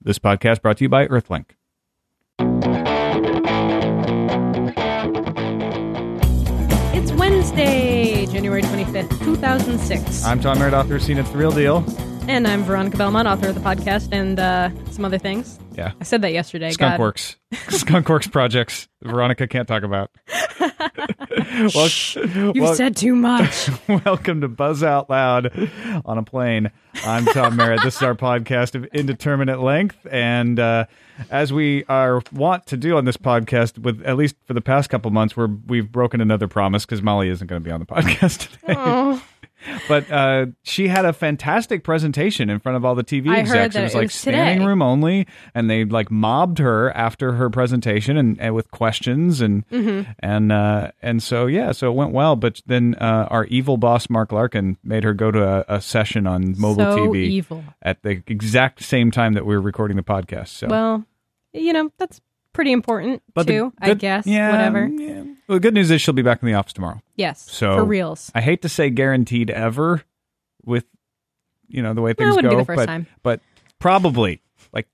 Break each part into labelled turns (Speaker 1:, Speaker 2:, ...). Speaker 1: This podcast brought to you by Earthlink.
Speaker 2: It's Wednesday, January 25th, 2006.
Speaker 1: I'm Tom Merritt, author of Seen It's the Real Deal.
Speaker 2: and I'm Veronica Belmont, author of the podcast and uh, some other things.
Speaker 1: Yeah.
Speaker 2: I said that yesterday.
Speaker 1: Skunk
Speaker 2: God.
Speaker 1: Works. Skunk Works projects Veronica can't talk about. well,
Speaker 2: You've
Speaker 1: well-
Speaker 2: said too much.
Speaker 1: welcome to Buzz Out Loud on a Plane. I'm Tom Merritt. This is our podcast of indeterminate length. And uh, as we are want to do on this podcast, with at least for the past couple months, we're, we've broken another promise because Molly isn't going to be on the podcast today.
Speaker 2: oh,
Speaker 1: but uh, she had a fantastic presentation in front of all the TV
Speaker 2: I heard
Speaker 1: execs.
Speaker 2: that
Speaker 1: it was
Speaker 2: it
Speaker 1: like
Speaker 2: was today.
Speaker 1: standing room only, and they like mobbed her after her presentation and, and with questions and
Speaker 2: Mm-hmm.
Speaker 1: and uh, and so yeah, so it went well. But then uh, our evil boss Mark Larkin made her go to a, a session on mobile
Speaker 2: so
Speaker 1: TV
Speaker 2: evil.
Speaker 1: at the exact same time that we were recording the podcast. So.
Speaker 2: Well, you know, that's pretty important,
Speaker 1: but the
Speaker 2: too, I
Speaker 1: good-
Speaker 2: guess.
Speaker 1: yeah,
Speaker 2: Whatever.
Speaker 1: yeah. Well, the good news is she'll be back in the office tomorrow.
Speaker 2: Yes.
Speaker 1: So-
Speaker 2: for reals.
Speaker 1: I hate to say guaranteed ever with you know the way
Speaker 2: Well, it
Speaker 1: things go,
Speaker 2: wouldn't be the first
Speaker 1: but
Speaker 2: time.
Speaker 1: but probably like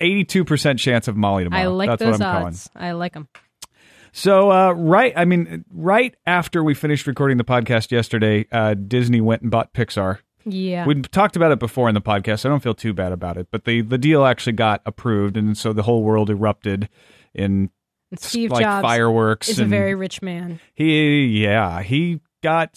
Speaker 1: 82% chance of Molly tomorrow.
Speaker 2: I like
Speaker 1: That's
Speaker 2: those
Speaker 1: what I'm calling.
Speaker 2: odds. I like them.
Speaker 1: So uh, right, I mean right after we finished recording the podcast yesterday, uh, Disney went and bought Pixar.
Speaker 2: Yeah.
Speaker 1: We'd talked about it before in the podcast. so I don't feel too bad about it, but the the deal actually got approved and so the whole world erupted in
Speaker 2: And Steve
Speaker 1: like
Speaker 2: Jobs
Speaker 1: fireworks
Speaker 2: is a
Speaker 1: and
Speaker 2: very rich man.
Speaker 1: he yeah, he got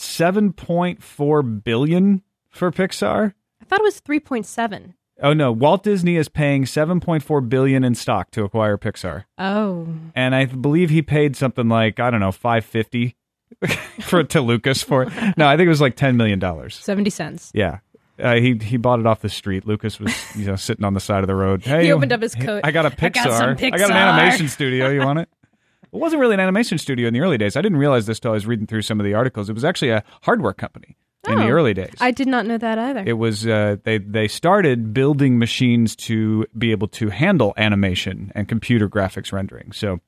Speaker 1: 7.4 billion for Pixar.
Speaker 2: I thought it was 3.7.
Speaker 1: Oh no, Walt Disney is paying 7.4 billion in stock to acquire Pixar.
Speaker 2: Oh.
Speaker 1: And I believe he paid something like, I don't know, 550 for to Lucas for it. No, I think it was like 10 million dollars.
Speaker 2: 70 cents.
Speaker 1: Yeah. Uh, he he bought it off the street. Lucas was you know sitting on the side of the road. Hey,
Speaker 2: He opened up his coat.
Speaker 1: I got a
Speaker 2: I
Speaker 1: Pixar.
Speaker 2: got some
Speaker 1: an
Speaker 2: Pixar."
Speaker 1: animation studio. You want it? It wasn't really an animation studio in the early days. I didn't realize this till I was reading through some of the articles. It was actually a hardware company in the
Speaker 2: Oh.
Speaker 1: early days.
Speaker 2: I did not know that either.
Speaker 1: It was uh, they they started building machines to be able to handle animation and computer graphics rendering. So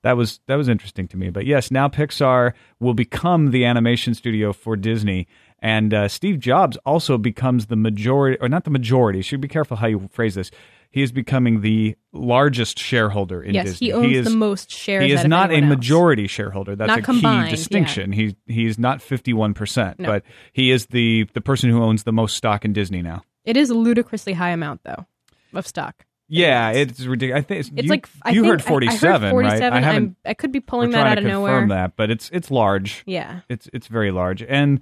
Speaker 1: that was that was interesting to me. But yes, now Pixar will become the animation studio for Disney, and uh, Steve Jobs also becomes the majority, or not the majority. Should be careful how you phrase this. He is becoming the largest shareholder in
Speaker 2: yes,
Speaker 1: Disney.
Speaker 2: he owns
Speaker 1: is,
Speaker 2: the most shares.
Speaker 1: he
Speaker 2: out
Speaker 1: is
Speaker 2: of
Speaker 1: not a
Speaker 2: anyone else.
Speaker 1: majority shareholder. That's
Speaker 2: Not
Speaker 1: a key
Speaker 2: combined, yeah.
Speaker 1: distinction. He he is not fifty one percent,
Speaker 2: No.
Speaker 1: but he is the the person who owns the most stock in Disney now.
Speaker 2: It is a ludicrously high amount, though, of stock.
Speaker 1: Yeah, it's ridiculous. I think
Speaker 2: It's
Speaker 1: you,
Speaker 2: like I
Speaker 1: you
Speaker 2: think
Speaker 1: heard
Speaker 2: I- I
Speaker 1: forty seven, right? I
Speaker 2: I'm-
Speaker 1: haven't.
Speaker 2: I could be
Speaker 1: we're
Speaker 2: pulling that
Speaker 1: trying
Speaker 2: out
Speaker 1: to
Speaker 2: of
Speaker 1: confirm
Speaker 2: nowhere.
Speaker 1: that, but it's it's large.
Speaker 2: Yeah,
Speaker 1: It's it's very large, and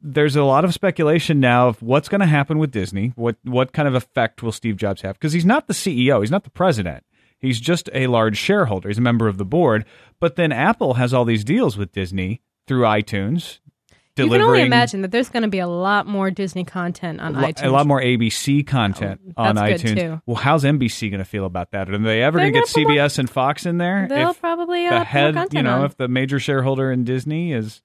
Speaker 1: there's a lot of speculation now of what's going to happen with Disney. What what kind of effect will Steve Jobs have? Because he's not the CEO, he's not the president. He's just a large shareholder. He's a member of the board. But then Apple has all these deals with Disney through iTunes,
Speaker 2: you
Speaker 1: delivering
Speaker 2: can only imagine that there's going to be a lot more Disney content on
Speaker 1: lo-
Speaker 2: iTunes.
Speaker 1: a lot more ABC content
Speaker 2: Oh,
Speaker 1: on
Speaker 2: that's
Speaker 1: iTunes.
Speaker 2: good, too.
Speaker 1: Well, how's NBC going to feel about that? Are they ever
Speaker 2: They're
Speaker 1: going to get
Speaker 2: gonna put more-
Speaker 1: CBS and Fox in there?
Speaker 2: They'll
Speaker 1: if
Speaker 2: probably
Speaker 1: the
Speaker 2: uh,
Speaker 1: head,
Speaker 2: more content
Speaker 1: you know,
Speaker 2: on.
Speaker 1: if the major shareholder in Disney is,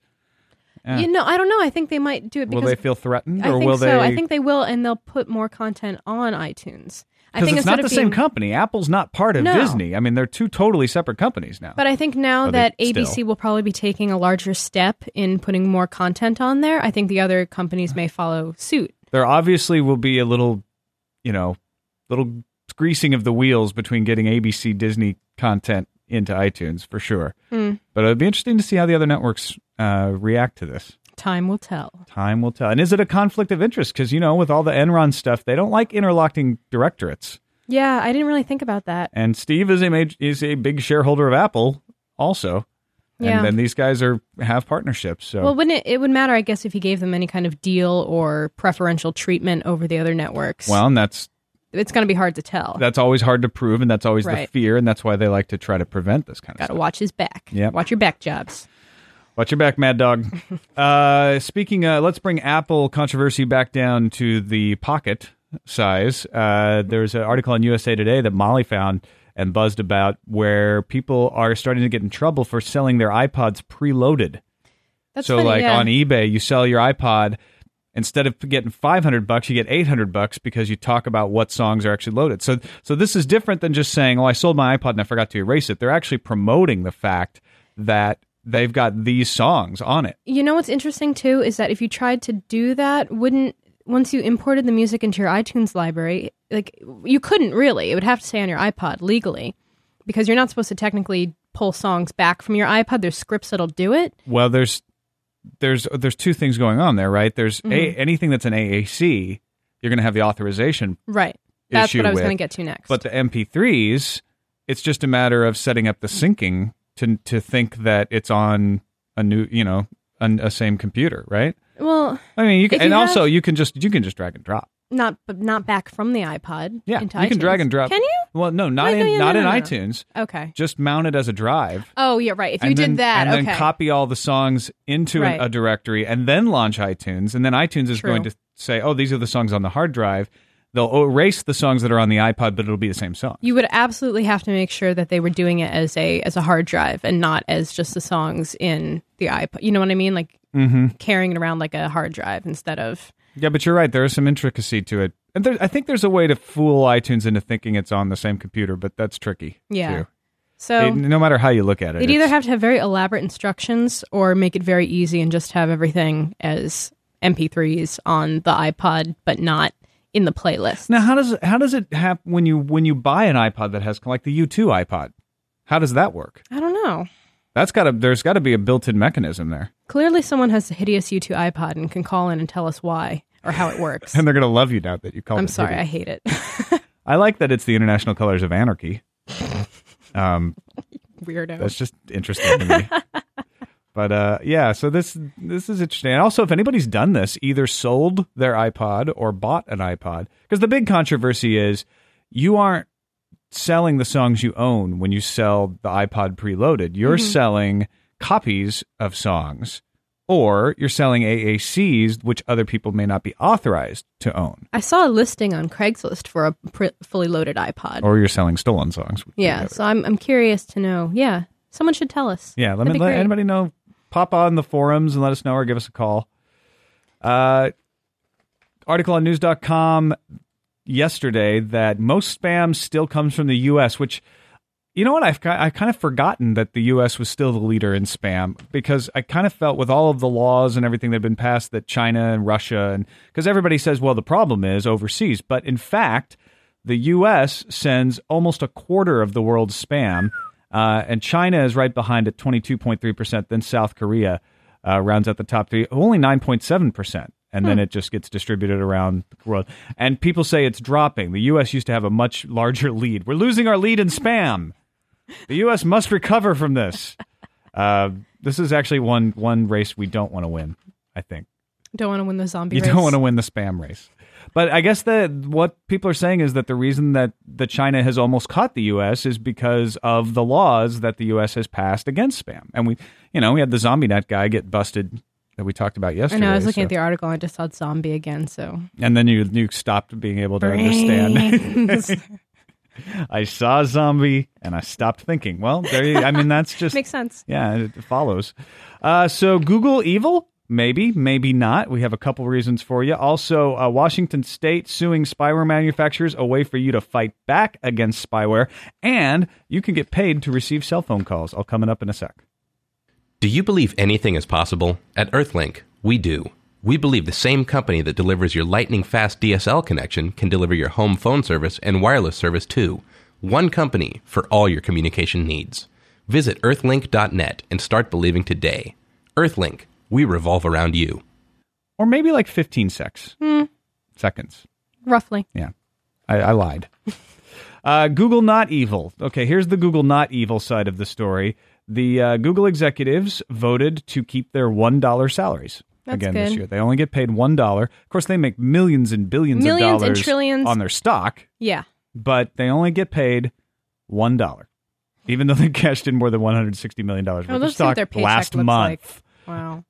Speaker 1: eh,
Speaker 2: you know, I don't know. I think they might do it
Speaker 1: will
Speaker 2: because
Speaker 1: they feel threatened,
Speaker 2: I
Speaker 1: or
Speaker 2: think
Speaker 1: will
Speaker 2: so.
Speaker 1: they?
Speaker 2: I think they will, and they'll put more content on iTunes. I
Speaker 1: Because
Speaker 2: think
Speaker 1: it's not the
Speaker 2: instead of
Speaker 1: same
Speaker 2: being-
Speaker 1: company. Apple's not part of
Speaker 2: No.
Speaker 1: Disney. I mean, they're two totally separate companies now.
Speaker 2: But I think now
Speaker 1: Are they
Speaker 2: that
Speaker 1: still?
Speaker 2: ABC will probably be taking a larger step in putting more content on there, I think the other companies may follow suit.
Speaker 1: there obviously will be a little, you know, little greasing of the wheels between getting ABC Disney content into iTunes for sure.
Speaker 2: Hmm.
Speaker 1: But it'll be interesting to see how the other networks uh, react to this.
Speaker 2: Time will tell.
Speaker 1: Time will tell. And is it a conflict of interest? Because you know, with all the Enron stuff, they don't like interlocking directorates.
Speaker 2: Yeah, I didn't really think about that.
Speaker 1: And Steve is a major, is a big shareholder of Apple, also. And
Speaker 2: Yeah.
Speaker 1: then these guys are have partnerships. So
Speaker 2: Well, wouldn't it, it would matter, I guess, if you gave them any kind of deal or preferential treatment over the other networks.
Speaker 1: well, and that's
Speaker 2: it's going to be hard to tell.
Speaker 1: that's always hard to prove, and that's always
Speaker 2: Right.
Speaker 1: the fear, and that's why they like to try to prevent this kind of
Speaker 2: Got to
Speaker 1: stuff.
Speaker 2: watch his back.
Speaker 1: Yep.
Speaker 2: Watch your back jobs.
Speaker 1: Watch your back, Mad Dog. uh, speaking, uh, let's bring Apple controversy back down to the pocket size. Uh, there's an article on USA Today that Molly found and buzzed about where people are starting to get in trouble for selling their iPods preloaded.
Speaker 2: That's
Speaker 1: so,
Speaker 2: funny,
Speaker 1: like
Speaker 2: yeah.
Speaker 1: on eBay, you sell your iPod. Instead of getting 500 bucks, you get 800 bucks because you talk about what songs are actually loaded. So, so this is different than just saying, "Oh, I sold my iPod and I forgot to erase it." They're actually promoting the fact that they've got these songs on it.
Speaker 2: you know what's interesting too is that if you tried to do that, wouldn't once you imported the music into your iTunes library, like you couldn't really. It would have to stay on your iPod legally because you're not supposed to technically pull songs back from your iPod. There's scripts that'll do it.
Speaker 1: Well, there's there's there's two things going on there, right? There's
Speaker 2: Mm-hmm.
Speaker 1: a, anything that's an AAC, you're going to have the authorization,
Speaker 2: Right. That's
Speaker 1: Issue
Speaker 2: what I was
Speaker 1: with-
Speaker 2: going to get to next.
Speaker 1: but the MP3s, it's just a matter of setting up the syncing to to think that it's on a new, you know, an, a same computer, right?
Speaker 2: well,
Speaker 1: I mean, you can,
Speaker 2: If you
Speaker 1: and
Speaker 2: have-
Speaker 1: also you can just you can just drag and drop.
Speaker 2: not but not back from the iPod.
Speaker 1: Yeah,
Speaker 2: into
Speaker 1: you can
Speaker 2: iTunes.
Speaker 1: drag and drop.
Speaker 2: Can you?
Speaker 1: Well, no, not
Speaker 2: Wait,
Speaker 1: in
Speaker 2: no, yeah,
Speaker 1: not
Speaker 2: no,
Speaker 1: in
Speaker 2: no, no.
Speaker 1: iTunes.
Speaker 2: Okay.
Speaker 1: Just mount it as a drive.
Speaker 2: Oh yeah, right. If you
Speaker 1: and
Speaker 2: did
Speaker 1: then,
Speaker 2: that,
Speaker 1: and
Speaker 2: okay.
Speaker 1: then copy all the songs into an-
Speaker 2: Right.
Speaker 1: a directory, and then launch iTunes, and then iTunes is
Speaker 2: True.
Speaker 1: going to say, "Oh, these are the songs on the hard drive." They'll erase the songs that are on the iPod, but it'll be the same song.
Speaker 2: you would absolutely have to make sure that they were doing it as a as a hard drive and not as just the songs in the iPod. You know what I mean? Like
Speaker 1: Mm-hmm.
Speaker 2: carrying it around like a hard drive instead of
Speaker 1: Yeah, but you're right. There is some intricacy to it, and there, I think there's a way to fool iTunes into thinking it's on the same computer, but that's tricky.
Speaker 2: Yeah.
Speaker 1: too.
Speaker 2: so.
Speaker 1: It- no matter how you look at it,
Speaker 2: They'd either
Speaker 1: it's-
Speaker 2: have to have very elaborate instructions or make it very easy and just have everything as MP3s on the iPod, but not in the playlist.
Speaker 1: now how does how does it happen when you when you buy an iPod that has like the U2 iPod? How does that work?
Speaker 2: I don't know.
Speaker 1: That's got to there's got to be a built-in mechanism there,
Speaker 2: Clearly, someone has a hideous U2 iPod and can call in and tell us why or how it works.
Speaker 1: and they're gonna love you now that you called.
Speaker 2: I'm
Speaker 1: it
Speaker 2: sorry,
Speaker 1: Hidden.
Speaker 2: I hate it.
Speaker 1: I like that it's the International Colors of Anarchy. Um,
Speaker 2: Weirdo.
Speaker 1: that's just interesting to me. But uh, yeah, so this this is interesting. And also, if anybody's done this, either sold their iPod or bought an iPod, because the big controversy is you aren't selling the songs you own when you sell the iPod preloaded. You're selling copies of songs, or you're selling AACs, which other people may not be authorized to own,
Speaker 2: I saw a listing on Craigslist for a pr- fully loaded iPod.
Speaker 1: or you're selling stolen songs.
Speaker 2: yeah, so I'm, I'm curious to know. Yeah, someone should tell us.
Speaker 1: Yeah, let
Speaker 2: That'd
Speaker 1: me
Speaker 2: be
Speaker 1: let
Speaker 2: great.
Speaker 1: anybody know. Pop on the forums and let us know or give us a call. Uh, article on news.com yesterday that most spam still comes from the US, which you know what? I've ki- I kind of forgotten that the U.S. was still the leader in spam because I kind of felt with all of the laws and everything that had been passed that China and Russia and because everybody says, well, the problem is overseas, but in fact, the U.S. sends almost a quarter of the world's spam, uh, and China is right behind at twenty two point three percent. Then South Korea uh, rounds out the top three, only nine point seven percent. And then it just gets distributed around the world. And people say it's dropping. The U.S. used to have a much larger lead. We're losing our lead in spam the U.S. must recover from this. Uh, this is actually one one race we don't want to win. I think
Speaker 2: Don't want to win the zombie
Speaker 1: you
Speaker 2: race.
Speaker 1: don't want to win the spam race. But I guess that what people are saying is that the reason that the China has almost caught the U.S. is because of the laws that the U.S. has passed against spam. And we, you know, we had the zombie net guy get busted that we talked about
Speaker 2: I
Speaker 1: yesterday.
Speaker 2: know, I was looking
Speaker 1: so-
Speaker 2: at the article and I just saw zombie again, so.
Speaker 1: and then you you stopped being able to understand. I saw a zombie and I stopped thinking. Well, there you, I mean, that's just
Speaker 2: Makes sense.
Speaker 1: Yeah, it follows. Uh, so Google evil? Maybe, maybe not. We have a couple reasons for you. Also, uh, Washington State suing spyware manufacturers, a way for you to fight back against spyware, and you can get paid to receive cell phone calls. All coming up in a sec.
Speaker 3: Do you believe anything is possible? At Earthlink, we do. We believe the same company that delivers your lightning fast DSL connection can deliver your home phone service and wireless service too. One company for all your communication needs. Visit earthlink.net and start believing today. Earthlink, we revolve around you.
Speaker 1: Or maybe like 15 secs. Seconds.
Speaker 2: Roughly.
Speaker 1: Yeah, I, I lied. uh, Google not evil. Okay, here's the Google not evil side of the story. The uh, Google executives voted to keep their one dollar salaries
Speaker 2: That's
Speaker 1: again this
Speaker 2: good.
Speaker 1: year. They only get paid one dollar. Of course, they make millions and billions,
Speaker 2: Millions
Speaker 1: of
Speaker 2: and
Speaker 1: dollars
Speaker 2: trillions.
Speaker 1: on their stock,
Speaker 2: Yeah.
Speaker 1: but they only get paid one dollar, even though they cashed in more than one hundred sixty million dollars
Speaker 2: Oh,
Speaker 1: worth of
Speaker 2: let's see what
Speaker 1: stock
Speaker 2: their paycheck
Speaker 1: last
Speaker 2: looks
Speaker 1: month.
Speaker 2: like. Wow.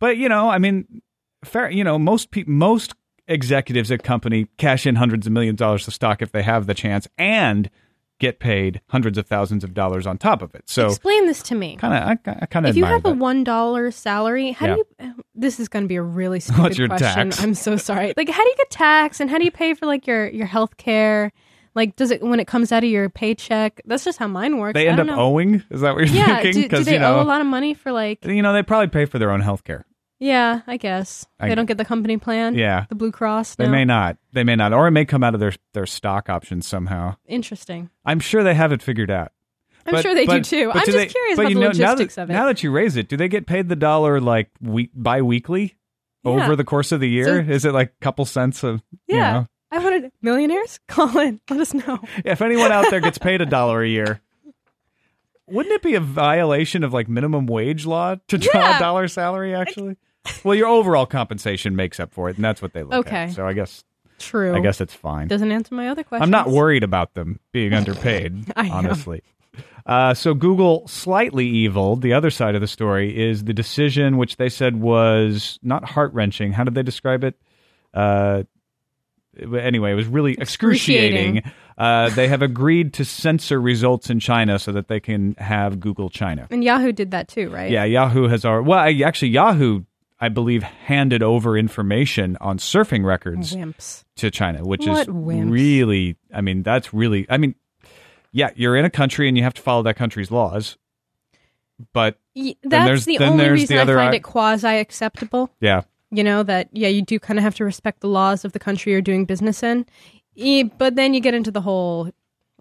Speaker 1: But you know, I mean, fair. You know, most peop most executives at company cash in hundreds of millions of dollars of stock if they have the chance and get paid hundreds of thousands of dollars on top of it. So
Speaker 2: Explain this to me.
Speaker 1: kind of, I, I kind of
Speaker 2: If you
Speaker 1: admire
Speaker 2: have a
Speaker 1: that.
Speaker 2: one dollar salary, how do you? uh, This is going to be a really stupid
Speaker 1: What's your
Speaker 2: question.
Speaker 1: tax?
Speaker 2: I'm so sorry. Like, how do you get taxed, and how do you pay for like your your health care? Like, does it when it comes out of your paycheck? That's just how mine works.
Speaker 1: they
Speaker 2: I
Speaker 1: end up
Speaker 2: don't know.
Speaker 1: owing. Is that what you're
Speaker 2: Yeah.
Speaker 1: thinking?
Speaker 2: Do, do they
Speaker 1: you know,
Speaker 2: owe a lot of money for like?
Speaker 1: you know, they probably pay for their own health care.
Speaker 2: Yeah, I guess
Speaker 1: I-
Speaker 2: they don't get the company plan.
Speaker 1: Yeah.
Speaker 2: the Blue Cross.
Speaker 1: They
Speaker 2: no.
Speaker 1: may not. They may not. Or it may come out of their, their stock options somehow.
Speaker 2: Interesting.
Speaker 1: I'm sure they have it figured out.
Speaker 2: I'm
Speaker 1: But-
Speaker 2: sure they
Speaker 1: but-
Speaker 2: do too.
Speaker 1: but
Speaker 2: I'm
Speaker 1: do
Speaker 2: just
Speaker 1: they-
Speaker 2: curious
Speaker 1: but
Speaker 2: about
Speaker 1: you
Speaker 2: the
Speaker 1: know, now
Speaker 2: logistics
Speaker 1: that,
Speaker 2: of it.
Speaker 1: Now that you raise it, do they get paid the dollar like week bi weekly over
Speaker 2: Yeah.
Speaker 1: the course of the year?
Speaker 2: So-
Speaker 1: Is it like a couple cents of you
Speaker 2: Yeah.
Speaker 1: know?
Speaker 2: I wanted millionaires call in. Let us know.
Speaker 1: if anyone out there gets paid a dollar a year, wouldn't it be a violation of like minimum wage law to draw a
Speaker 2: Yeah.
Speaker 1: dollar salary? Actually, well, your overall compensation makes up for it, and that's what they look
Speaker 2: Okay.
Speaker 1: at. So I guess
Speaker 2: True.
Speaker 1: I guess it's fine.
Speaker 2: doesn't answer my other question.
Speaker 1: I'm not worried about them being underpaid,
Speaker 2: I know.
Speaker 1: honestly. Uh, so Google slightly evil. The other side of the story is the decision, which they said was not heart wrenching. How did they describe it? Uh, anyway, it was really excruciating.
Speaker 2: Excruciating.
Speaker 1: Uh, they have agreed to censor results in China so that they can have Google China.
Speaker 2: And Yahoo did that too, right?
Speaker 1: Yeah, Yahoo has our well, I, actually Yahoo. I believe handed over information on surfing records
Speaker 2: Wimps.
Speaker 1: to China, which is
Speaker 2: What wimps.
Speaker 1: really, I mean, that's really, I mean, yeah, you're in a country and you have to follow that country's laws. But
Speaker 2: Y-
Speaker 1: there's-
Speaker 2: that's the
Speaker 1: then
Speaker 2: only
Speaker 1: there's
Speaker 2: reason
Speaker 1: the other
Speaker 2: I find
Speaker 1: eye-
Speaker 2: it quasi acceptable.
Speaker 1: yeah,
Speaker 2: You know that yeah, you do kind of have to respect the laws of the country you're doing business in. E- But then you get into the whole,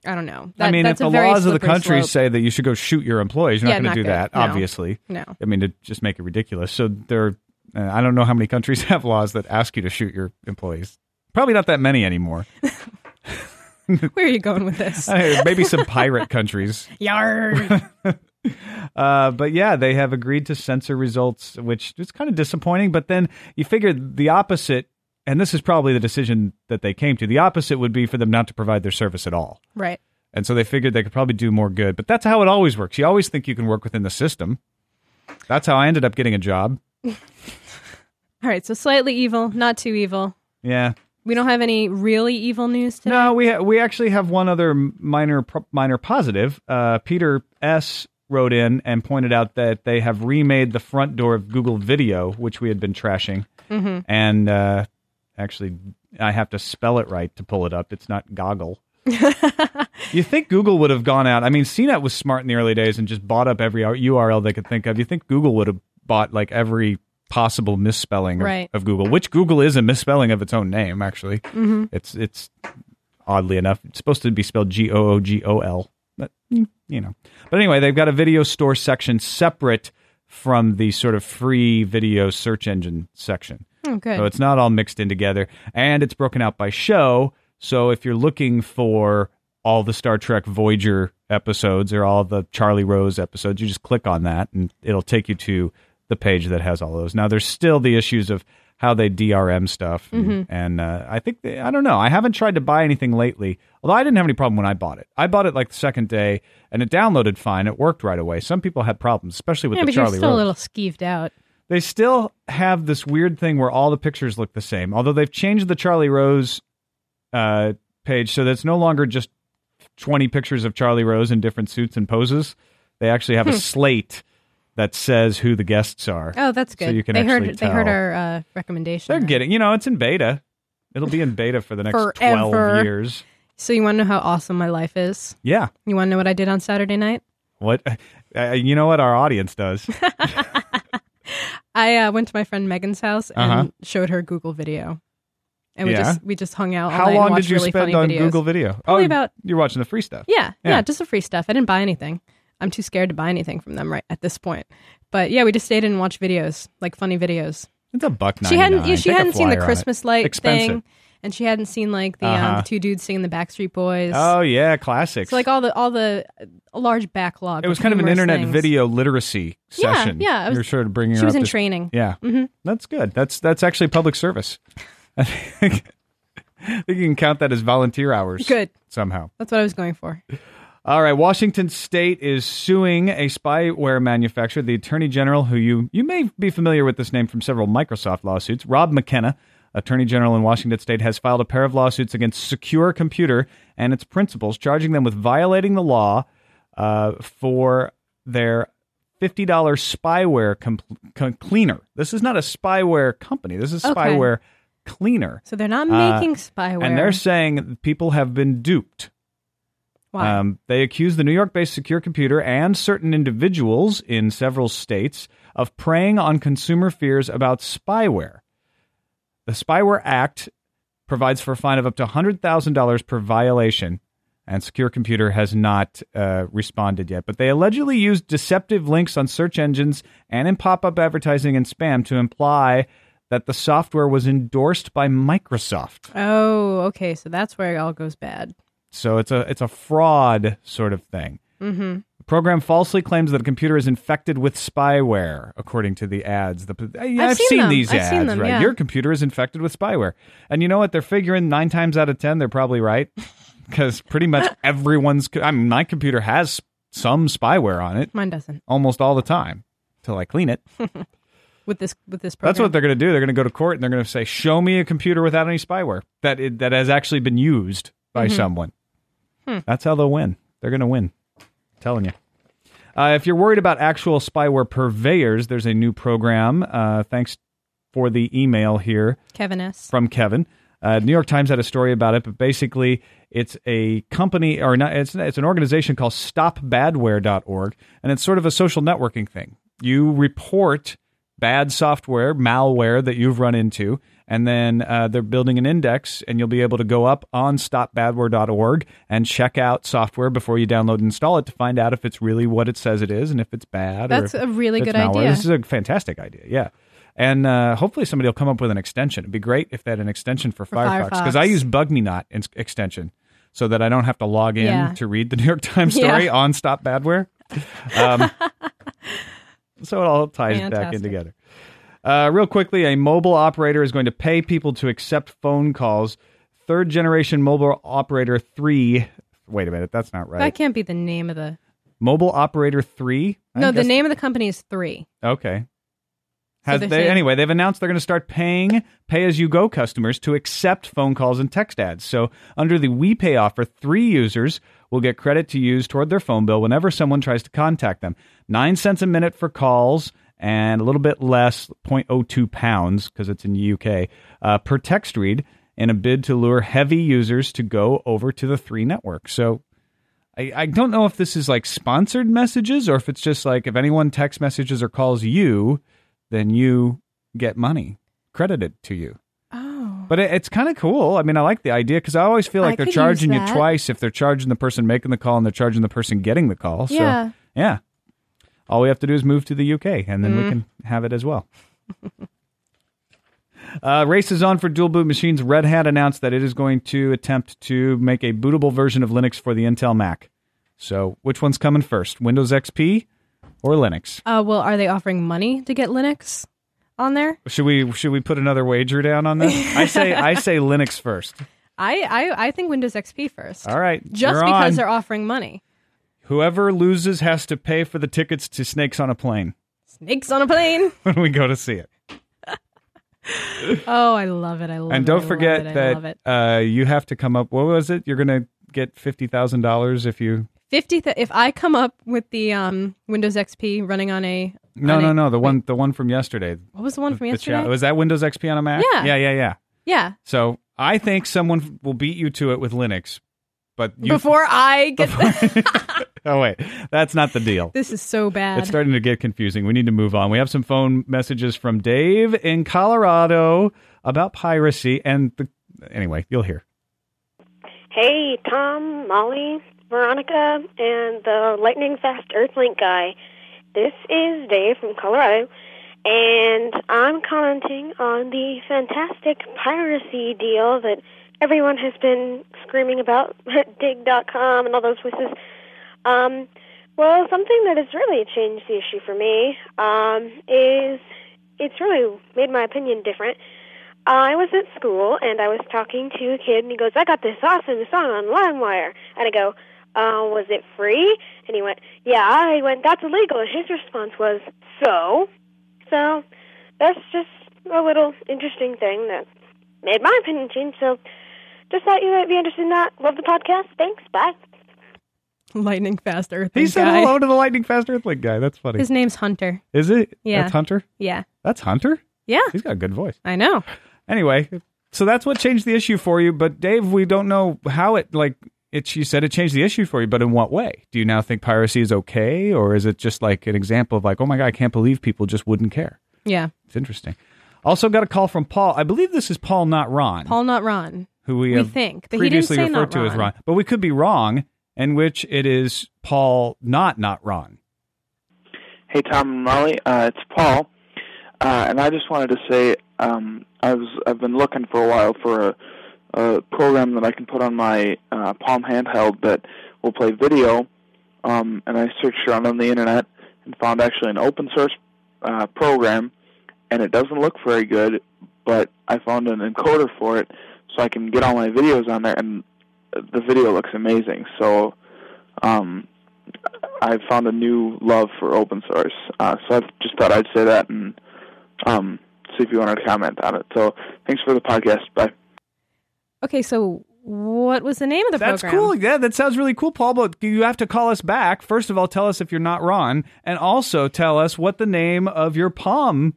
Speaker 2: I don't know. That,
Speaker 1: I mean, if
Speaker 2: that's
Speaker 1: the
Speaker 2: a very
Speaker 1: laws of the
Speaker 2: slippery
Speaker 1: country
Speaker 2: slope.
Speaker 1: say that you should go shoot your employees, you're
Speaker 2: Yeah,
Speaker 1: not going
Speaker 2: not
Speaker 1: to do
Speaker 2: good.
Speaker 1: that,
Speaker 2: No.
Speaker 1: obviously.
Speaker 2: no,
Speaker 1: I mean, to just make it ridiculous. So there, uh, I don't know how many countries have laws that ask you to shoot your employees. Probably not that many anymore.
Speaker 2: where are you going with this?
Speaker 1: Uh, Maybe some pirate countries.
Speaker 2: Yarr.
Speaker 1: Uh, but yeah, they have agreed to censor results, which is kind of disappointing. But then you figure the opposite, and this is probably the decision that they came to. The opposite would be for them not to provide their service at all.
Speaker 2: right.
Speaker 1: And so they figured they could probably do more good. But that's how it always works. You always think you can work within the system. That's how I ended up getting a job.
Speaker 2: All right. So slightly evil, not too evil.
Speaker 1: Yeah.
Speaker 2: We don't have any really evil news today.
Speaker 1: No, we ha- we actually have one other minor pro- minor positive. Uh, Peter S wrote in and pointed out that they have remade the front door of Google Video, which we had been trashing.
Speaker 2: Mhm.
Speaker 1: And uh, actually, I have to spell it right to pull it up. It's not goggle. you think Google would have gone out? I mean, CNET was smart in the early days and just bought up every URL they could think of. You think Google would have bought like every possible misspelling of-
Speaker 2: Right.
Speaker 1: of Google, which Google is a misspelling of its own name, actually. It's it's oddly enough. It's supposed to be spelled G O O G O L. But mm, you know. But anyway, they've got a video store section separate from the sort of free video search engine section.
Speaker 2: Oh, good.
Speaker 1: So it's not all mixed in together. And it's broken out by show. So if you're looking for all the Star Trek Voyager episodes or all the Charlie Rose episodes, you just click on that and it'll take you to the page that has all those. Now, there's still the issues of how they DRM stuff. And,
Speaker 2: Mm-hmm.
Speaker 1: and, uh, I think, they, I don't know. I haven't tried to buy anything lately, although I didn't have any problem when I bought it. I bought it like the second day and it downloaded fine. It worked right away. Some people had problems, especially with
Speaker 2: yeah,
Speaker 1: the
Speaker 2: but
Speaker 1: Charlie
Speaker 2: you're still
Speaker 1: Rose
Speaker 2: a little skeeved out.
Speaker 1: they still have this weird thing where all the pictures look the same. Although they've changed the Charlie Rose uh, page so that's no longer just 20 pictures of Charlie Rose in different suits and poses. They actually have a slate that says who the guests are.
Speaker 2: Hmm. Oh, that's
Speaker 1: So
Speaker 2: good.
Speaker 1: you can
Speaker 2: they heard
Speaker 1: actually
Speaker 2: they heard
Speaker 1: tell.
Speaker 2: our uh, recommendation.
Speaker 1: They're
Speaker 2: there.
Speaker 1: getting, you know, it's in beta. It'll be in beta for the next 12
Speaker 2: Forever.
Speaker 1: years.
Speaker 2: So you want to know how awesome my life is?
Speaker 1: Yeah.
Speaker 2: You want to know what I did on Saturday night?
Speaker 1: What uh, you know what our audience does?
Speaker 2: I uh, went to my friend Megan's house and
Speaker 1: Uh-huh.
Speaker 2: showed her Google Video, and we
Speaker 1: Yeah.
Speaker 2: just we just hung out. all
Speaker 1: How
Speaker 2: night and
Speaker 1: long
Speaker 2: watched
Speaker 1: did you
Speaker 2: really
Speaker 1: spend
Speaker 2: funny
Speaker 1: on
Speaker 2: videos.
Speaker 1: Google Video?
Speaker 2: Probably
Speaker 1: oh,
Speaker 2: about-
Speaker 1: you're watching the free stuff.
Speaker 2: Yeah, yeah,
Speaker 1: Yeah.
Speaker 2: just the free stuff. I didn't buy anything. I'm too scared to buy anything from them right at this point. But yeah, we just stayed and watched videos, like funny videos.
Speaker 1: It's a buck
Speaker 2: She
Speaker 1: 99.
Speaker 2: hadn't yeah, she
Speaker 1: Take a
Speaker 2: hadn't seen the
Speaker 1: flyer on it.
Speaker 2: Christmas light
Speaker 1: Expensive.
Speaker 2: thing, and she hadn't seen like the, um,
Speaker 1: Uh-huh.
Speaker 2: the two dudes singing the Backstreet Boys.
Speaker 1: Oh yeah, classics.
Speaker 2: So like all the all the a large backlog.
Speaker 1: It was kind of an
Speaker 2: numerous
Speaker 1: internet
Speaker 2: things.
Speaker 1: video literacy
Speaker 2: Yeah,
Speaker 1: session.
Speaker 2: yeah, it was-
Speaker 1: You're sort of bringing her
Speaker 2: She was
Speaker 1: up
Speaker 2: in
Speaker 1: to-
Speaker 2: training.
Speaker 1: Yeah, mm-hmm. that's good. That's that's actually public service. I think, I think you can count that as volunteer hours.
Speaker 2: Good.
Speaker 1: somehow.
Speaker 2: That's what I was going for.
Speaker 1: All right, Washington State is suing a spyware manufacturer. The Attorney General, who you you may be familiar with this name from several Microsoft lawsuits, Rob McKenna, Attorney General in Washington State, has filed a pair of lawsuits against Secure Computer and its principals, charging them with violating the law uh, for their fifty dollars spyware com- com- cleaner. This is not a spyware company. This is
Speaker 2: Okay.
Speaker 1: spyware cleaner,
Speaker 2: So they're not
Speaker 1: Uh,
Speaker 2: making spyware.
Speaker 1: and they're saying people have been duped
Speaker 2: Why?
Speaker 1: Um, they accused the New York based Secure Computer and certain individuals in several states of preying on consumer fears about spyware. The Spyware Act provides for a fine of up to $100,000 per violation, and Secure Computer has not uh, responded yet. But they allegedly used deceptive links on search engines and in pop up advertising and spam to imply that the software was endorsed by Microsoft.
Speaker 2: Oh, okay. So that's where it all goes bad.
Speaker 1: So it's a it's a fraud sort of thing.
Speaker 2: Mm-hmm.
Speaker 1: The program falsely claims that a computer is infected with spyware, according to the ads. The, uh, yeah, I've,
Speaker 2: seen them.
Speaker 1: these
Speaker 2: I've
Speaker 1: ads,
Speaker 2: seen them,
Speaker 1: right?
Speaker 2: yeah.
Speaker 1: Your computer is infected with spyware, and you know what? They're figuring nine times out of ten they're probably right because pretty much everyone's. co- I mean, my computer has some spyware on it
Speaker 2: Mine doesn't.
Speaker 1: almost all the time till I clean it.
Speaker 2: With this with this program.
Speaker 1: That's what they're going to do. They're going to go to court and they're going to say, "Show me a computer without any spyware that it, that has actually been used by someone." That's how they'll win. They're going to win. I'm telling you. Uh, if you're worried about actual spyware purveyors, there's a new program. Uh, thanks for the email here
Speaker 2: Kevin S.
Speaker 1: from Kevin. Uh, New York Times had a story about it, but basically, it's a company or not, it's it's an organization called StopBadware.org, and it's sort of a social networking thing. You report bad software, malware that you've run into, and then uh, they're building an index, and you'll be able to go up on StopBadware.org and check out software before you download and install it to find out if it's really what it says it is and if it's bad.
Speaker 2: That's
Speaker 1: or if
Speaker 2: a really
Speaker 1: it's
Speaker 2: good
Speaker 1: malware.
Speaker 2: idea.
Speaker 1: This is a fantastic idea. Yeah. And uh, hopefully somebody will come up with an extension. It'd be great if they had an extension for, Firefox
Speaker 2: Firefox.
Speaker 1: because I use BugMeNot in- extension so that I don't have to log in
Speaker 2: Yeah.
Speaker 1: to read the New York Times story
Speaker 2: Yeah.
Speaker 1: on Stop Badware. Um, so it all ties back in
Speaker 2: Fantastic.
Speaker 1: together. Uh, real quickly, a mobile operator is going to pay people to accept phone calls. Third generation mobile operator three. Wait a minute, that's not right.
Speaker 2: That can't be the name of the
Speaker 1: Mobile operator three. I
Speaker 2: No, the
Speaker 1: guess-
Speaker 2: name of the company is three.
Speaker 1: Okay.
Speaker 2: So
Speaker 1: Has
Speaker 2: they're
Speaker 1: they
Speaker 2: saying-
Speaker 1: anyway? They've announced they're going to start paying pay-as-you-go customers to accept phone calls and text ads. So under the We Pay offer, three users will get credit to use toward their phone bill whenever someone tries to contact them. Nine cents a minute for calls and a little bit less, 0.02 pounds because it's in the UK uh, per text read in a bid to lure heavy users to go over to the three network. So I, I don't know if this is like sponsored messages or if it's just like if anyone text messages or calls you, then you get money credited to you.
Speaker 2: Oh.
Speaker 1: But it, it's kind of cool. I mean, I like the idea because I always feel like
Speaker 2: I
Speaker 1: they're
Speaker 2: could use
Speaker 1: charging you
Speaker 2: that.
Speaker 1: twice if they're charging the person making the call and they're charging the person getting the call. So,
Speaker 2: Yeah.
Speaker 1: yeah. All we have to do is move to the UK and then
Speaker 2: Mm-hmm.
Speaker 1: we can have it as well. Uh, race is on for dual boot machines. Red Hat announced that it is going to attempt to make a bootable version of Linux for the Intel Mac. So, which one's coming first, Windows XP or Linux?
Speaker 2: Uh, well, are they offering money to get Linux on there?
Speaker 1: Should we should we put another wager down on this? I say I say Linux first.
Speaker 2: I, I, I think Windows XP first.
Speaker 1: All right,
Speaker 2: Just
Speaker 1: you're
Speaker 2: because
Speaker 1: on.
Speaker 2: they're offering money.
Speaker 1: whoever loses has to pay for the tickets to Snakes on a Plane
Speaker 2: Snakes on a plane.
Speaker 1: when we go to see it.
Speaker 2: oh, I love it. I love it.
Speaker 1: and
Speaker 2: I
Speaker 1: don't
Speaker 2: love
Speaker 1: forget
Speaker 2: it, I love
Speaker 1: that
Speaker 2: it.
Speaker 1: uh, you have to come up. What was it? You're gonna get fifty thousand dollars if you.
Speaker 2: fifty. Th- if I come up with the um, Windows XP running on a
Speaker 1: No,
Speaker 2: on
Speaker 1: no,
Speaker 2: a-
Speaker 1: no. The one, the one from yesterday.
Speaker 2: What was the one from
Speaker 1: The
Speaker 2: yesterday?
Speaker 1: challenge- was that Windows XP on a Mac?
Speaker 2: Yeah.
Speaker 1: yeah, yeah, yeah.
Speaker 2: yeah,
Speaker 1: So I think someone f- will beat you to it with Linux, but you.
Speaker 2: before I get
Speaker 1: oh wait, that's not the deal.
Speaker 2: this is so bad.
Speaker 1: It's starting to get confusing. We need to move on. We have some phone messages from Dave in Colorado about piracy and the. Anyway, you'll hear.
Speaker 4: Hey, Tom, Molly, Veronica, and the lightning fast Earthlink guy. This is Dave from Colorado, and I'm commenting on the fantastic piracy deal that everyone has been screaming about, dig.com and all those places. Um, well, something that has really changed the issue for me um, is it's really made my opinion different. I was at school and I was talking to a kid and he goes, I got this awesome song on LimeWire. And I go, uh, was it free? And he went, yeah. I went, that's illegal. And his response was, so? So that's just a little interesting thing that made my opinion change. So just thought you might be interested in that. Love the podcast. Thanks. Bye.
Speaker 2: Lightning fast Earth.
Speaker 1: He said
Speaker 2: guy.
Speaker 1: hello to the Lightning Fast Earthlink guy. That's funny.
Speaker 2: His name's Hunter.
Speaker 1: Is it?
Speaker 2: Yeah.
Speaker 1: That's Hunter.
Speaker 2: Yeah,
Speaker 1: That's Hunter.
Speaker 2: yeah.
Speaker 1: He's got a good voice.
Speaker 2: I know.
Speaker 1: Anyway, so that's what changed the issue for you. But Dave, we don't know how it like it she said it changed the issue for you, but in what way? Do you now think piracy is okay, or is it just like an example of like, oh my god, I can't believe people just wouldn't care?
Speaker 2: Yeah.
Speaker 1: It's interesting. Also, got a call from Paul. I believe this is Paul, not Ron,
Speaker 2: Paul, not Ron.
Speaker 1: who we,
Speaker 2: we
Speaker 1: have
Speaker 2: think, but he didn't
Speaker 1: previously
Speaker 2: say
Speaker 1: referred
Speaker 2: not
Speaker 1: to as
Speaker 2: Ron.
Speaker 1: Ron, but we could be wrong. In which it is Paul, not not Ron.
Speaker 5: Hey, Tom and Molly, uh, it's Paul, uh, and I just wanted to say um, I was I've been looking for a while for a, a program that I can put on my uh, Palm handheld that will play video, um, and I searched around on the internet and found actually an open source uh, program, and it doesn't look very good, but I found an encoder for it, so I can get all my videos on there, and the video looks amazing. So. Um, I've found a new love for open source. Uh, so I just thought I'd say that and um, see if you wanted to comment on it. So thanks for the podcast. Bye.
Speaker 2: Okay, so what was the name of the
Speaker 1: That's
Speaker 2: program?
Speaker 1: cool. Yeah, that sounds really cool, Paul. But you have to call us back. First of all, tell us if you're not Ron, and also tell us what the name of your Palm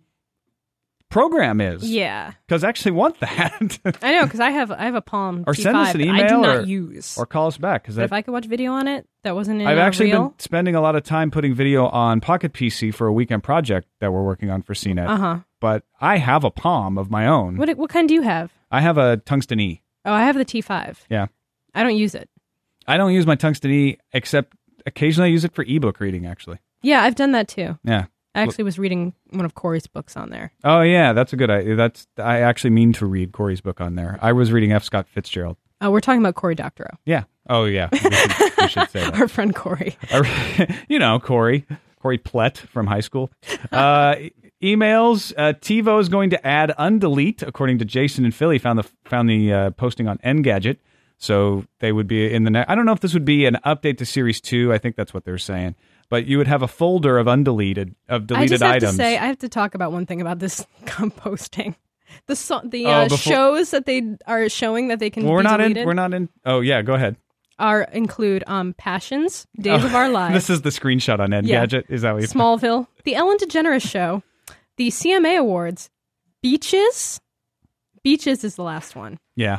Speaker 1: program is.
Speaker 2: Yeah,
Speaker 1: because I actually want that.
Speaker 2: I know because I have I have a Palm
Speaker 1: Or
Speaker 2: G5
Speaker 1: send us an
Speaker 2: that I
Speaker 1: email
Speaker 2: do not
Speaker 1: or-
Speaker 2: use.
Speaker 1: or call us back because
Speaker 2: but if I could watch video on it, that wasn't in
Speaker 1: I've
Speaker 2: a
Speaker 1: actually
Speaker 2: reel.
Speaker 1: been spending a lot of time putting video on Pocket PC for a weekend project that we're working on for CNET.
Speaker 2: Uh huh.
Speaker 1: But I have a Palm of my own.
Speaker 2: What what kind do you have?
Speaker 1: I have a Tungsten E.
Speaker 2: Oh, I have the T5.
Speaker 1: Yeah.
Speaker 2: I don't use it.
Speaker 1: I don't use my Tungsten E except occasionally I use it for ebook reading. Actually,
Speaker 2: Yeah, I've done that too.
Speaker 1: yeah.
Speaker 2: I actually was reading one of Corey's books on there.
Speaker 1: Oh yeah, that's a good idea. That's I actually mean to read Corey's book on there. I was reading F. Scott Fitzgerald.
Speaker 2: Uh, we're talking about Corey Doctorow,
Speaker 1: Yeah. Oh yeah. We should, we should say that.
Speaker 2: our friend Corey.
Speaker 1: you know, Corey, Corey Plett from high school. Uh, e- emails. Uh, TiVo is going to add undelete, according to Jason and Philly. Found the found the uh, posting on Engadget, so they would be in the. Ne- I don't know if this would be an update to Series Two. I think that's what they're saying. But you would have a folder of undeleted of
Speaker 2: I
Speaker 1: deleted
Speaker 2: just have
Speaker 1: items.
Speaker 2: to say, I have to talk about one thing about this composting. The so- the
Speaker 1: Oh,
Speaker 2: uh,
Speaker 1: before-
Speaker 2: shows that they are showing that they can
Speaker 1: well, we're
Speaker 2: be
Speaker 1: not
Speaker 2: deleted
Speaker 1: in. We're not in. Oh yeah, go ahead.
Speaker 2: are include um, Passions, Days
Speaker 1: Oh,
Speaker 2: of Our Lives,
Speaker 1: This is the screenshot on
Speaker 2: Yeah.
Speaker 1: Engadget. Is that what you
Speaker 2: Smallville, The Ellen DeGeneres Show, the CMA Awards, Beaches. Beaches is the last one.
Speaker 1: Yeah.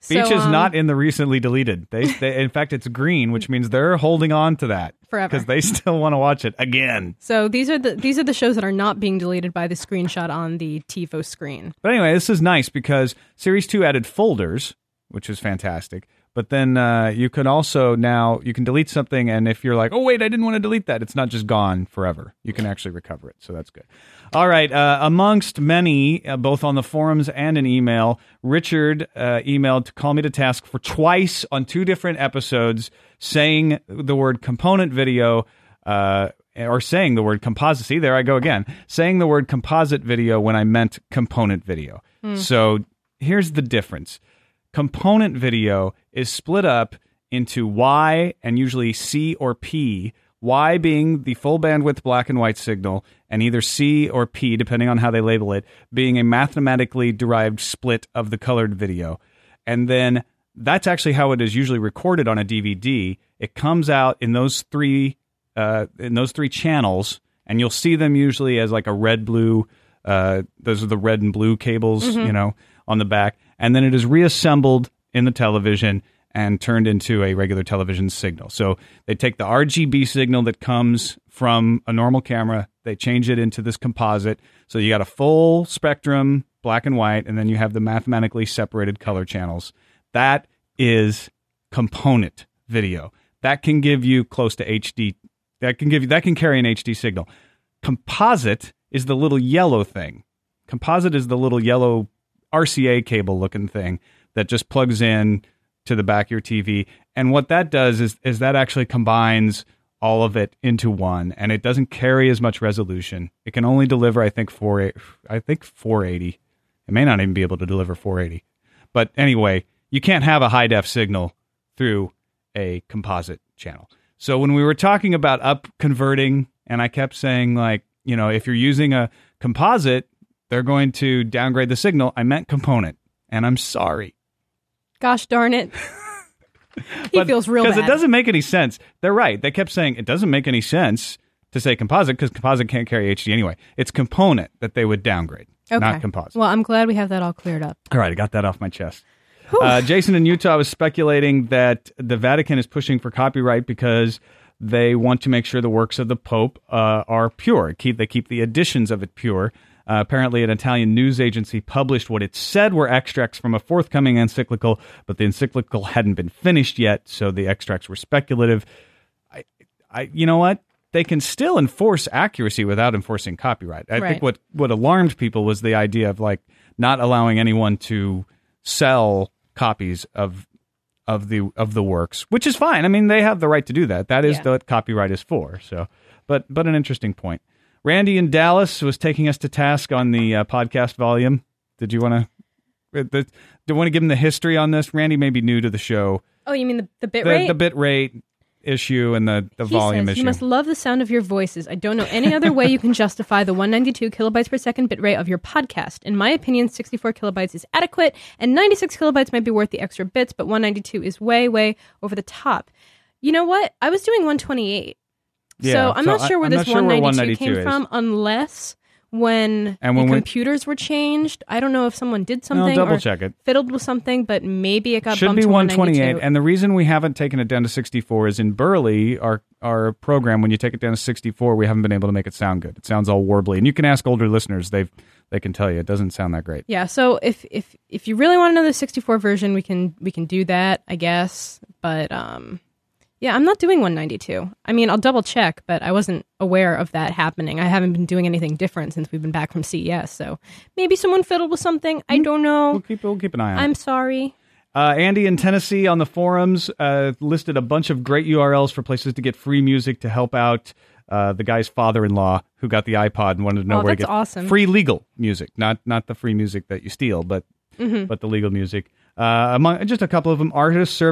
Speaker 2: So,
Speaker 1: Beach is
Speaker 2: um,
Speaker 1: not in the recently deleted. They, they in fact, it's green, which means they're holding on to that
Speaker 2: Forever.
Speaker 1: because they still want to watch it again.
Speaker 2: So these are the these are the shows that are not being deleted by the screenshot on the TiVo screen.
Speaker 1: But anyway, this is nice because Series Two added folders, which is fantastic. But then uh, you can also now you can delete something, and if you're like, oh wait, I didn't want to delete that, it's not just gone forever. You can actually recover it, so that's good. All right, uh, amongst many, uh, both on the forums and in email, Richard uh, emailed to call me to task for twice on two different episodes saying the word component video uh, or saying the word composite. See, there I go again, saying the word composite video when I meant component video. So here's the difference component video is split up into Y and usually C or P. Y being the full bandwidth black and white signal, and either C or P, depending on how they label it, being a mathematically derived split of the colored video. And then that's actually how it is usually recorded on a DVD. It comes out in those three uh, in those three channels, and you'll see them usually as like a red blue. Uh, those are the red and blue cables, you know, on the back, and then it is reassembled in the television and turned into a regular television signal. So they take the RGB signal that comes from a normal camera, they change it into this composite. So you got a full spectrum, black and white, and then you have the mathematically separated color channels. That is component video. That can give you close to HD. That can give you that can carry an HD signal. Composite is the little yellow thing. Composite is the little yellow RCA cable looking thing that just plugs in to the back of your TV. And what that does is is that actually combines all of it into one and it doesn't carry as much resolution. It can only deliver I think 4 I think 480. It may not even be able to deliver 480. But anyway, you can't have a high def signal through a composite channel. So when we were talking about up converting, and I kept saying, like, you know, if you're using a composite, they're going to downgrade the signal. I meant component, and I'm sorry.
Speaker 2: Gosh darn it! he feels real
Speaker 1: Because
Speaker 2: bad.
Speaker 1: it doesn't make any sense. They're right. They kept saying it doesn't make any sense to say composite because composite can't carry HD anyway. It's component that they would downgrade,
Speaker 2: okay.
Speaker 1: not composite.
Speaker 2: Well, I'm glad we have that all cleared up.
Speaker 1: All right, I got that off my chest. Uh, Jason in Utah was speculating that the Vatican is pushing for copyright because they want to make sure the works of the Pope uh, are pure. Keep, they keep the editions of it pure. Uh, apparently, an Italian news agency published what it said were extracts from a forthcoming encyclical, but the encyclical hadn't been finished yet, so the extracts were speculative. I, I, you know what? They can still enforce accuracy without enforcing copyright. I think
Speaker 2: Right.
Speaker 1: what what alarmed people was the idea of like not allowing anyone to sell copies of of the of the works, which is fine. I mean, they have the right to do that. That is
Speaker 2: Yeah.
Speaker 1: what copyright is for. So, but but an interesting point. Randy in Dallas was taking us to task on the uh, podcast volume. Did you want to? Do you want to give him the history on this? Randy may be new to the show.
Speaker 2: Oh, you mean the, the bit
Speaker 1: The,
Speaker 2: rate?
Speaker 1: the bit rate issue and the, the
Speaker 2: He
Speaker 1: volume
Speaker 2: says,
Speaker 1: issue.
Speaker 2: You must love the sound of your voices. I don't know any other way you can justify the 192 kilobytes per second bitrate of your podcast. In my opinion, 64 kilobytes is adequate, and 96 kilobytes might be worth the extra bits, but 192 is way, way over the top. You know what? I was doing 128.
Speaker 1: Yeah,
Speaker 2: so I'm
Speaker 1: so
Speaker 2: not
Speaker 1: I-
Speaker 2: sure where
Speaker 1: I'm
Speaker 2: this
Speaker 1: not sure where
Speaker 2: 192 came
Speaker 1: 192 is.
Speaker 2: from, unless when,
Speaker 1: And
Speaker 2: the
Speaker 1: when we-
Speaker 2: computers were changed. I don't know if someone did
Speaker 1: no,
Speaker 2: something
Speaker 1: double
Speaker 2: or
Speaker 1: check it.
Speaker 2: fiddled with something, but maybe it got
Speaker 1: Should
Speaker 2: bumped
Speaker 1: be
Speaker 2: to
Speaker 1: 128.
Speaker 2: 192.
Speaker 1: And the reason we haven't taken it down to 64 is in Burley, our our program. When you take it down to 64, we haven't been able to make it sound good. It sounds all warbly, and you can ask older listeners; they they can tell you it doesn't sound that great.
Speaker 2: Yeah, so if if if you really want another 64 version, we can we can do that, I guess. But um yeah, I'm not doing 192. I mean, I'll double check, but I wasn't aware of that happening. I haven't been doing anything different since we've been back from CES, so maybe someone fiddled with something. I don't
Speaker 1: We'll
Speaker 2: know.
Speaker 1: keep we'll keep an eye on. it.
Speaker 2: I'm sorry.
Speaker 1: Uh, Andy in Tennessee on the forums uh, listed a bunch of great URLs for places to get free music to help out uh, the guy's father-in-law who got the iPod and wanted to know
Speaker 2: Oh,
Speaker 1: where to
Speaker 2: that's
Speaker 1: get
Speaker 2: awesome.
Speaker 1: free legal music, not not the free music that you steal, but
Speaker 2: Mm-hmm.
Speaker 1: but the legal music. Uh, among just a couple of them,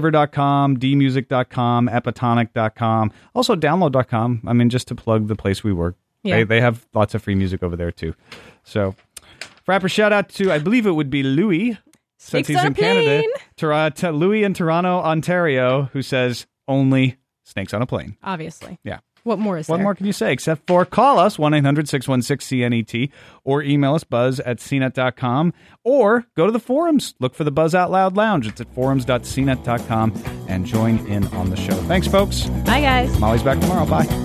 Speaker 1: artistserver.com, dmusic.com, epitonic.com, also download.com. I mean, just to plug the place we work.
Speaker 2: Yeah.
Speaker 1: They, they have lots of free music over there too. So, Frapper, shout out to, I believe it would be Louis since
Speaker 2: Snakes
Speaker 1: he's
Speaker 2: on a
Speaker 1: in Canada.
Speaker 2: plane.
Speaker 1: Tora- to Louis in Toronto, Ontario, who says only snakes on a plane.
Speaker 2: Obviously.
Speaker 1: Yeah.
Speaker 2: What more is
Speaker 1: What
Speaker 2: there?
Speaker 1: more can you say except for call us 1 800 616 CNET E or email us buzz at E cnet.com or go to the forums. Look for the Buzz Out Loud Lounge. It's at E forums.cnet.com and join in on the show. Thanks, folks.
Speaker 2: Bye guys.
Speaker 1: Molly's back tomorrow. Bye.